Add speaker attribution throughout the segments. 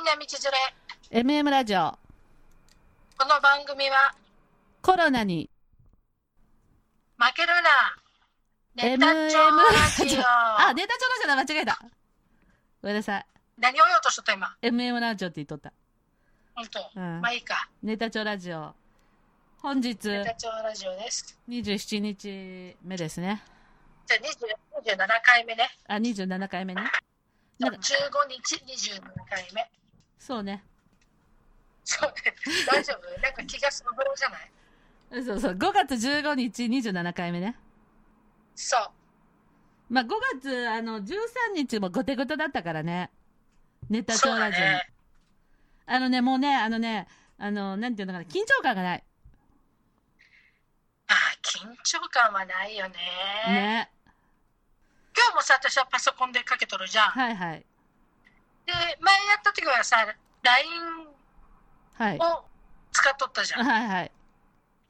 Speaker 1: んな道連れ
Speaker 2: MM ラジオ
Speaker 1: この番組は
Speaker 2: コロナに
Speaker 1: 負けるなネ
Speaker 2: MM
Speaker 1: タ
Speaker 2: ラ
Speaker 1: 帳ラ
Speaker 2: ジ
Speaker 1: ジ
Speaker 2: オ
Speaker 1: オ
Speaker 2: あネタ帳ラジオだ間違えたごめんなさ
Speaker 1: 何を言おうとしとった今
Speaker 2: い MM ラジオって言っとった、
Speaker 1: 本当、
Speaker 2: うん
Speaker 1: まあいいか
Speaker 2: ネタ帳ラジオ本日
Speaker 1: ネタ帳ラジオです
Speaker 2: 27日目ですね
Speaker 1: じゃあ20 27回目ね
Speaker 2: あ27回目ね
Speaker 1: 15
Speaker 2: なんか
Speaker 1: 日27回目
Speaker 2: そうね
Speaker 1: そう ね大丈夫なんか気がすぶるじゃない
Speaker 2: そうそう5月15日27回目ね
Speaker 1: そう
Speaker 2: まあ5月あの13日も後手後手だったからねネタ
Speaker 1: そ
Speaker 2: 帳
Speaker 1: うだ
Speaker 2: ラジオに、
Speaker 1: ね
Speaker 2: あのねもうねあのねあのなんていうのかな緊張感がない
Speaker 1: ああ緊張感はないよね
Speaker 2: ね
Speaker 1: 今日もさ私はパソコンでかけとるじゃん、
Speaker 2: はいはい
Speaker 1: で前やった時はさ LINE
Speaker 2: はい
Speaker 1: を使っとったじゃん、
Speaker 2: はいはい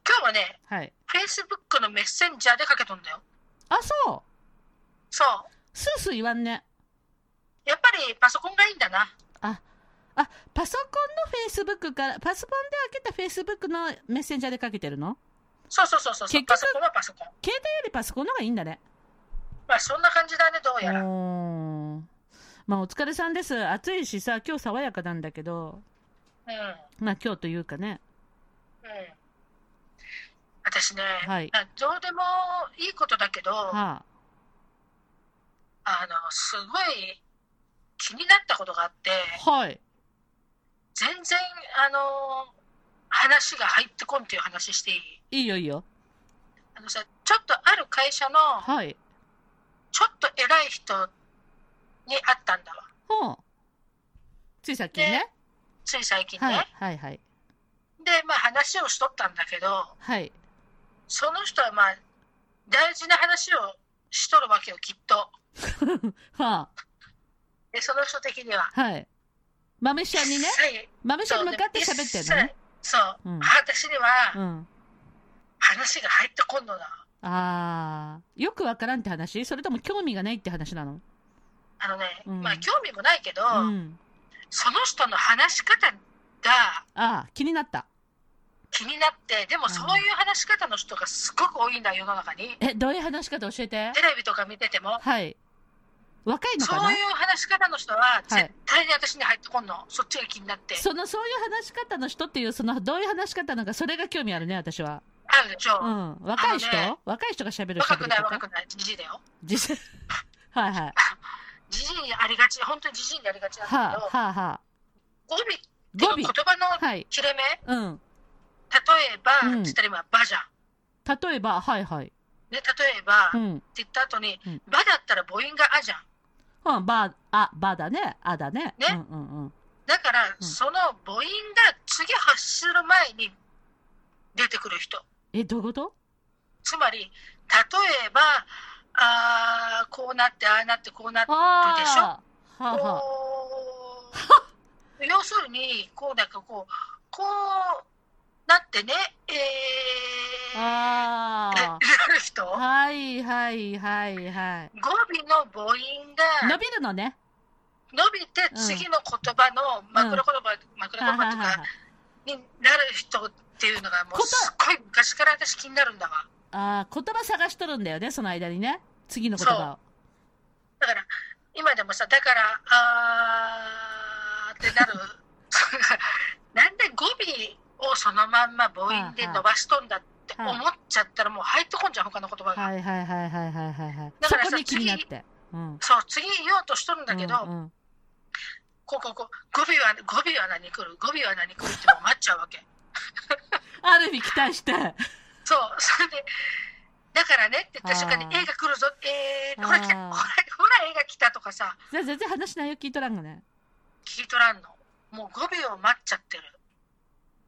Speaker 1: 今日はね
Speaker 2: はい。
Speaker 1: Facebook のメッセンジャーでかけとんだよ
Speaker 2: あ、そう。
Speaker 1: そう
Speaker 2: スースー言わんね。
Speaker 1: やっぱりパソコンがいいんだな
Speaker 2: あ、パソコンのフェイスブックから、パソコンで開けたフェイスブックのメッセンジャーでかけてるの
Speaker 1: そうそうそうそう
Speaker 2: 結局
Speaker 1: パソコンはパソコン
Speaker 2: 携帯よりパソコンの方がいいんだね。
Speaker 1: まあそんな感じだねどう
Speaker 2: う
Speaker 1: やら
Speaker 2: ーん。まあ、お疲れさんです。暑いしさ、今日爽やかなんだけど、
Speaker 1: うんうん
Speaker 2: まあ今日というかね。
Speaker 1: 私ね、
Speaker 2: はい
Speaker 1: あどうでもいいことだけど、
Speaker 2: は
Speaker 1: あのすごい気になったことがあって
Speaker 2: あ、はい。
Speaker 1: 全然あの話が入ってこんっていう話していい
Speaker 2: いいよいいよ。
Speaker 1: あのさちょっとある会社の
Speaker 2: はい。
Speaker 1: ちょっと偉い人に会ったんだわ
Speaker 2: ほう。ついさっきね。
Speaker 1: つい最近ね、
Speaker 2: はい。はいはい。
Speaker 1: でまあ話をしとったんだけど
Speaker 2: はい。
Speaker 1: その人はまあ大事な話をしとるわけよきっと
Speaker 2: はあ。
Speaker 1: でその人的には
Speaker 2: はい。豆
Speaker 1: 一
Speaker 2: 社にね。
Speaker 1: 切
Speaker 2: 豆社
Speaker 1: そう
Speaker 2: に向かって喋ってるのね。
Speaker 1: 一切そう、
Speaker 2: うん
Speaker 1: 私に
Speaker 2: う
Speaker 1: は
Speaker 2: ん。
Speaker 1: 話が入ってこんのな
Speaker 2: ああ、よくわからんって話それとも興味がないって話なの
Speaker 1: あのね、
Speaker 2: うん
Speaker 1: まあ興味もないけど、
Speaker 2: うん。
Speaker 1: その人の話し方が
Speaker 2: ああ、気になった。
Speaker 1: 気になってでもそういう話し方の人がすごく多いんだ世の中に
Speaker 2: え、どういう話し方教えて
Speaker 1: テレビとか見てても
Speaker 2: はい。若いの
Speaker 1: そう
Speaker 2: かな
Speaker 1: いう話し方の人は絶対に私に入ってこんの、そっちが気になって
Speaker 2: その、そういう話し方の人っていう、その、どういう話し方なのか、それが興味あるね、私は。
Speaker 1: あるでしょ、
Speaker 2: うん。若い人、
Speaker 1: あのね
Speaker 2: 若い人が喋る
Speaker 1: 若
Speaker 2: 喋
Speaker 1: く
Speaker 2: り
Speaker 1: ない
Speaker 2: 方
Speaker 1: 若くないじじいだよ
Speaker 2: 実際 はいはい。
Speaker 1: じじいにありがち本当にじじいにありがちなんだ
Speaker 2: は
Speaker 1: け
Speaker 2: あ、
Speaker 1: ど、
Speaker 2: はあ、は
Speaker 1: 語尾って
Speaker 2: あ。語
Speaker 1: いう
Speaker 2: 尾
Speaker 1: 言。葉の
Speaker 2: はい。
Speaker 1: 切れ目、
Speaker 2: うん。
Speaker 1: 例えば、
Speaker 2: うん
Speaker 1: つったら今「ば」じゃん、
Speaker 2: 例えば、はいはい。
Speaker 1: ね、例えば、
Speaker 2: う
Speaker 1: って
Speaker 2: ん。
Speaker 1: 言った後に
Speaker 2: うん
Speaker 1: 「ば」だったら母音が「あ」じゃん
Speaker 2: うん、ば、あ、ばだね。あだね。
Speaker 1: ね
Speaker 2: うんうんうん。
Speaker 1: だから、
Speaker 2: うん
Speaker 1: その母音が次発する前に出てくる人
Speaker 2: え、どういうこと
Speaker 1: つまり例えばあーこうなってああなってこうなって
Speaker 2: ああ。
Speaker 1: でしょ
Speaker 2: はあはあ。
Speaker 1: こ う要するにこうなんかこうこうなってねえー、
Speaker 2: ああ。
Speaker 1: なる人語尾
Speaker 2: はいはいはいはい。
Speaker 1: の母音
Speaker 2: 伸
Speaker 1: が
Speaker 2: びるのね。
Speaker 1: 伸びて次の言葉の枕言葉、枕
Speaker 2: は
Speaker 1: 言葉
Speaker 2: いはい
Speaker 1: と
Speaker 2: はい
Speaker 1: か。になる人っていうのがも
Speaker 2: こ
Speaker 1: う
Speaker 2: と
Speaker 1: すっごい昔から私気になるんだわ
Speaker 2: ああ、言葉探しとるんだよね、その間にね。次の言葉を。
Speaker 1: だから今でもさだからあーってなるそれがなんで語尾をそのまんま母音で伸ばしとんだって思っちゃったらもう入ってこんじゃん他の言葉が、
Speaker 2: はいはいはいはいはいはいはい。
Speaker 1: だ
Speaker 2: そ
Speaker 1: からさ
Speaker 2: こに気になって。うん。
Speaker 1: そう次言おうとしとるんだけど、
Speaker 2: うんうん
Speaker 1: こうこうこう語尾は語尾は何来る語尾は何来るってもう待っちゃうわけ
Speaker 2: ある意味期待して。 はい
Speaker 1: そう、それで、だからねって言った瞬間に
Speaker 2: あ、ー
Speaker 1: 映画来るぞ、えー、ほら来た、
Speaker 2: あー
Speaker 1: ほら、ほら映画来たとかさ、
Speaker 2: 全然話内容聞いとらんがね。
Speaker 1: 聞き取らんの。もう5秒待っちゃってる。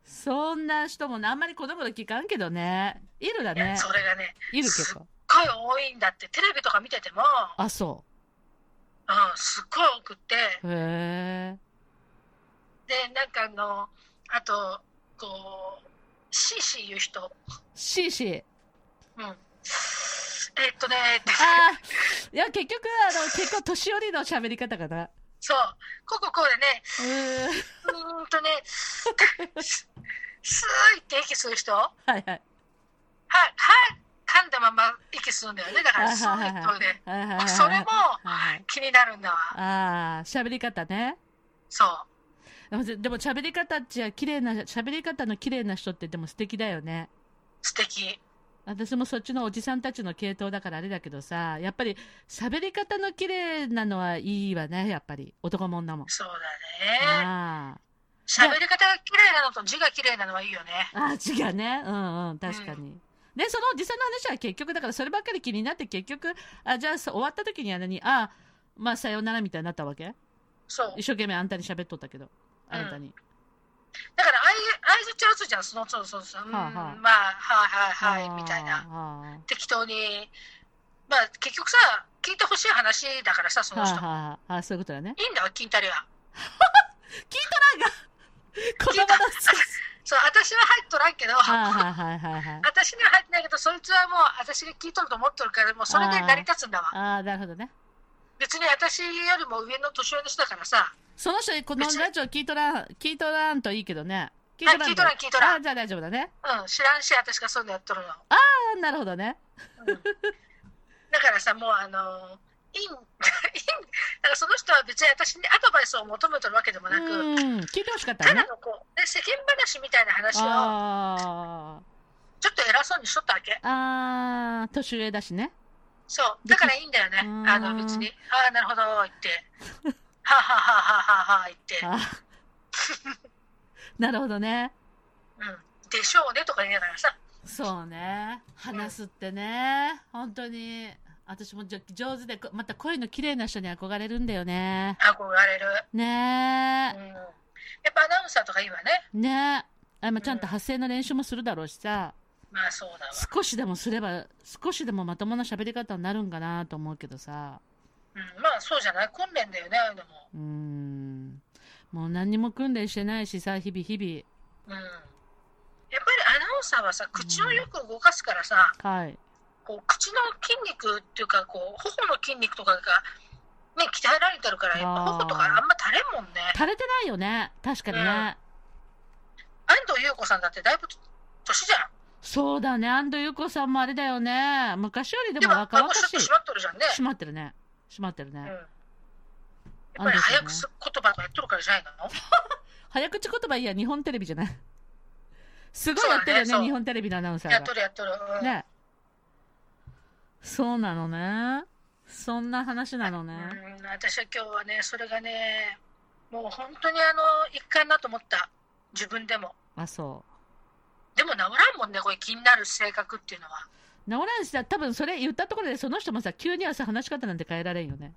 Speaker 2: そんな人もねあんまり子供の聞かんけどね。いるだ
Speaker 1: いや
Speaker 2: ね。
Speaker 1: それがね、
Speaker 2: いるけど。
Speaker 1: 声多いんだって、テレビとか見てても、
Speaker 2: あ、そ
Speaker 1: うん、すっごい多くって、
Speaker 2: う。へえ。
Speaker 1: で、なんかあの、あと、こう、シーシー言う人、
Speaker 2: シーシー。
Speaker 1: うん。えーっとね、って
Speaker 2: ああ。いや、結局、あの、結構年寄りの喋り方かな。
Speaker 1: そう。こここうでね、
Speaker 2: ーん
Speaker 1: うーんとね、すすーいって息する人、は、
Speaker 2: はいはい。
Speaker 1: は、噛んだまま息するんだよね。だから、すーいってこうで。
Speaker 2: はいはいはいはい
Speaker 1: それも
Speaker 2: はいはい
Speaker 1: 気になるんだわ。
Speaker 2: ああ、喋り方ね。
Speaker 1: そう。
Speaker 2: でも、でも喋り方っちゃ綺麗な、喋り方の綺麗な人ってでも素敵だよね。
Speaker 1: 素敵。
Speaker 2: 私もそっちのおじさんたちの系統だからあれだけどさ、やっぱり喋り方の綺麗なのはいいわね、やっぱり。男も女も。
Speaker 1: そうだね。
Speaker 2: あ
Speaker 1: 喋り方が綺麗なのと字が綺麗なのはいいよね。
Speaker 2: あ。ああ、違うね。うんうん、確かに。で、そのおじさんの話は結局、だからそればっかり気になって結局、あ、じゃあそう終わった時にあれに、ああ、まあさようならみたいになったわけ
Speaker 1: そう。
Speaker 2: 一生懸命あんたに喋っとったけど、あなたに。
Speaker 1: だから、あい、相づち打つじゃん。その、そうそうそう。うん、
Speaker 2: はあはあ
Speaker 1: まあ、はいはいはい、みたいな。
Speaker 2: な。
Speaker 1: 適当に。まあ、結局さ、聞いてほしい話だからさ、その
Speaker 2: は
Speaker 1: 人
Speaker 2: あ、
Speaker 1: も。
Speaker 2: はあ、あそういうことだね。
Speaker 1: いいんだわ、聞いたりは。
Speaker 2: 言葉だ
Speaker 1: そう、私は入っとらんけど、
Speaker 2: はいはいはいはいはい。
Speaker 1: 私には入ってないけど、そいつはもう私が聞いとると思ってるから、もうそれで成り立つんだわ。
Speaker 2: ああ、なるほどね。
Speaker 1: 別に私よりも上の年上の人だからさ、
Speaker 2: その人、このラジオ聞いとらん、聞いとらんといいけどね。聞
Speaker 1: はい聞いとらん聞いとらん
Speaker 2: あーじゃあ大丈夫だね。
Speaker 1: うん、知らんし、私がそういうのやっとるの。
Speaker 2: あーなるほどね。
Speaker 1: うんだからさ、もうあのー、いいん、いいん、だ からその人は別に私にアドバイスを求めてるわけでも
Speaker 2: う
Speaker 1: なく、
Speaker 2: ん、聞いてほしかった
Speaker 1: た
Speaker 2: ね
Speaker 1: だ。のこう、ね、世間話みたいな話を、
Speaker 2: あ
Speaker 1: ちょっと偉そうにしとったわけ。
Speaker 2: あ、あー年上だしね。
Speaker 1: そう、だからいいんだよね
Speaker 2: う。ん
Speaker 1: あの、別に、ああ、なるほど、言って、はあはあはあはあはあ言って、
Speaker 2: あーなるほどね。
Speaker 1: うん、でしょうねとか言いながらさ、
Speaker 2: そうね。話すってね。本当に。私もじょ上手で、こまた声の綺麗な人に憧れるんだよね。
Speaker 1: 憧れる。うん、
Speaker 2: ねえ。
Speaker 1: やっぱアナウンサーとか今ね、
Speaker 2: ねえ。あまあちゃんと発声の練習もするだろうしさ。
Speaker 1: まあそうだわ。
Speaker 2: 少しでもすれば少しでもまともな喋り方になるんかなと思うけどさ
Speaker 1: うん、まあそうじゃない、訓練だよね、ああいうのも。
Speaker 2: うーんもう何にも訓練してないしさ日々日
Speaker 1: うん。やっぱりアナウンサーはさ、口をよく動かすからさ、
Speaker 2: 々はい
Speaker 1: こう口の筋肉っていうか、こう頬の筋肉とかが、ね、鍛えられてるから、やっぱ
Speaker 2: あー
Speaker 1: 頬とかあんま垂れんもんね。
Speaker 2: 垂れてないよね確かにね、
Speaker 1: 安藤優子さんだってだいぶ年じゃん。
Speaker 2: そうだね安藤優子さんもあれだよね昔よりで
Speaker 1: で
Speaker 2: も
Speaker 1: も、
Speaker 2: 若
Speaker 1: 顎
Speaker 2: 々
Speaker 1: シュッ
Speaker 2: しい
Speaker 1: と閉まっとるじゃんね。
Speaker 2: 閉まってるね閉まってるね、
Speaker 1: うん。やっぱり早く言葉とかやっとるからじゃないの
Speaker 2: 早口言葉いいや日本テレビじゃないすごいやってるよ
Speaker 1: そうだねそ
Speaker 2: ね
Speaker 1: う
Speaker 2: 日本テレビのアナウンサー
Speaker 1: や
Speaker 2: が
Speaker 1: っとるやっとる。うん
Speaker 2: ねそうなのねそんな話なのね、
Speaker 1: うん、私は今日はね、それがね、もう本当にあの、一貫だと思った。自分でも。
Speaker 2: あそう
Speaker 1: でも治らんもんね、これ気になる性格っていうのは。
Speaker 2: 直らんしさ多分それ言ったところでその人もさ急にはさ話し方なんて変えられんよね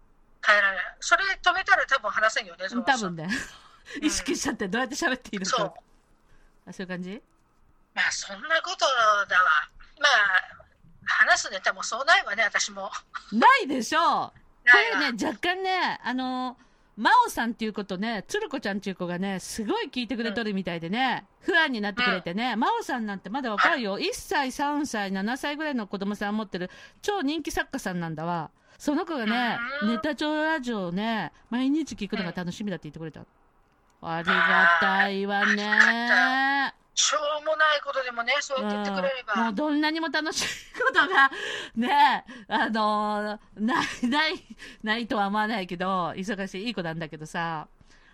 Speaker 1: 変えられない。それ止めたら多分話せんよね、その人
Speaker 2: 多分ね意識しちゃってどうやって喋っていいの
Speaker 1: そ
Speaker 2: か
Speaker 1: う。
Speaker 2: あそういう感じ
Speaker 1: まあ、そんなことだわ。まあ、話すネタもそうないわね、私も。
Speaker 2: ないでしょうこ
Speaker 1: ないわ
Speaker 2: れね若干ねあの真央さんっていうことねつる子ちゃんっていう子がねすごい聞いてくれとるみたいでね、不安になってくれてね、真央さんなんてまだ若いよ1歳3歳7歳ぐらいの子供さん持ってる超人気作家さんなんだわその子がね
Speaker 1: うん
Speaker 2: ネタ帳ラジオをね毎日聞くのが楽しみだって言ってくれたのありがたいわね
Speaker 1: しょうもないことでもね、そうやって言ってくれれ
Speaker 2: うんも
Speaker 1: ば
Speaker 2: う。どんなにも楽しいことが、ねえ、あのーない、ない、ないとは思わないけど、忙しい、いい子なんだけどさ、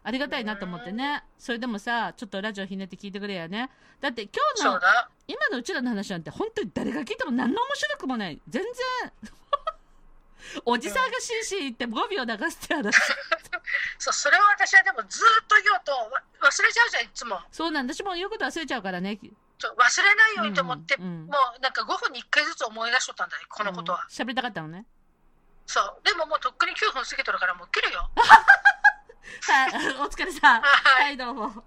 Speaker 2: ありがたいなと思ってね。それでもさ、ちょっとラジオひねって聞いてくれやね。だって今日
Speaker 1: そう
Speaker 2: の、
Speaker 1: だ。
Speaker 2: 今のうちらの話なんて本当に誰が聞いても何の面白くもない。全然。 おじさんがシーシー言って5秒流すって話。
Speaker 1: そう、それは私はでもずっと言おうとわ忘れちゃうじゃん、いつも。
Speaker 2: そうなんだ。私も言うこと忘れちゃうからね。
Speaker 1: ちょ忘れないようにと思って、
Speaker 2: うんうん
Speaker 1: もうなんか5分に1回ずつ思い出しとったんだね、このことは。
Speaker 2: うん喋りたかったのね。
Speaker 1: そう。でももうとっくに9分過ぎとるからもう切るよ。
Speaker 2: はい、お疲れさん。
Speaker 1: はい
Speaker 2: はい、どうも。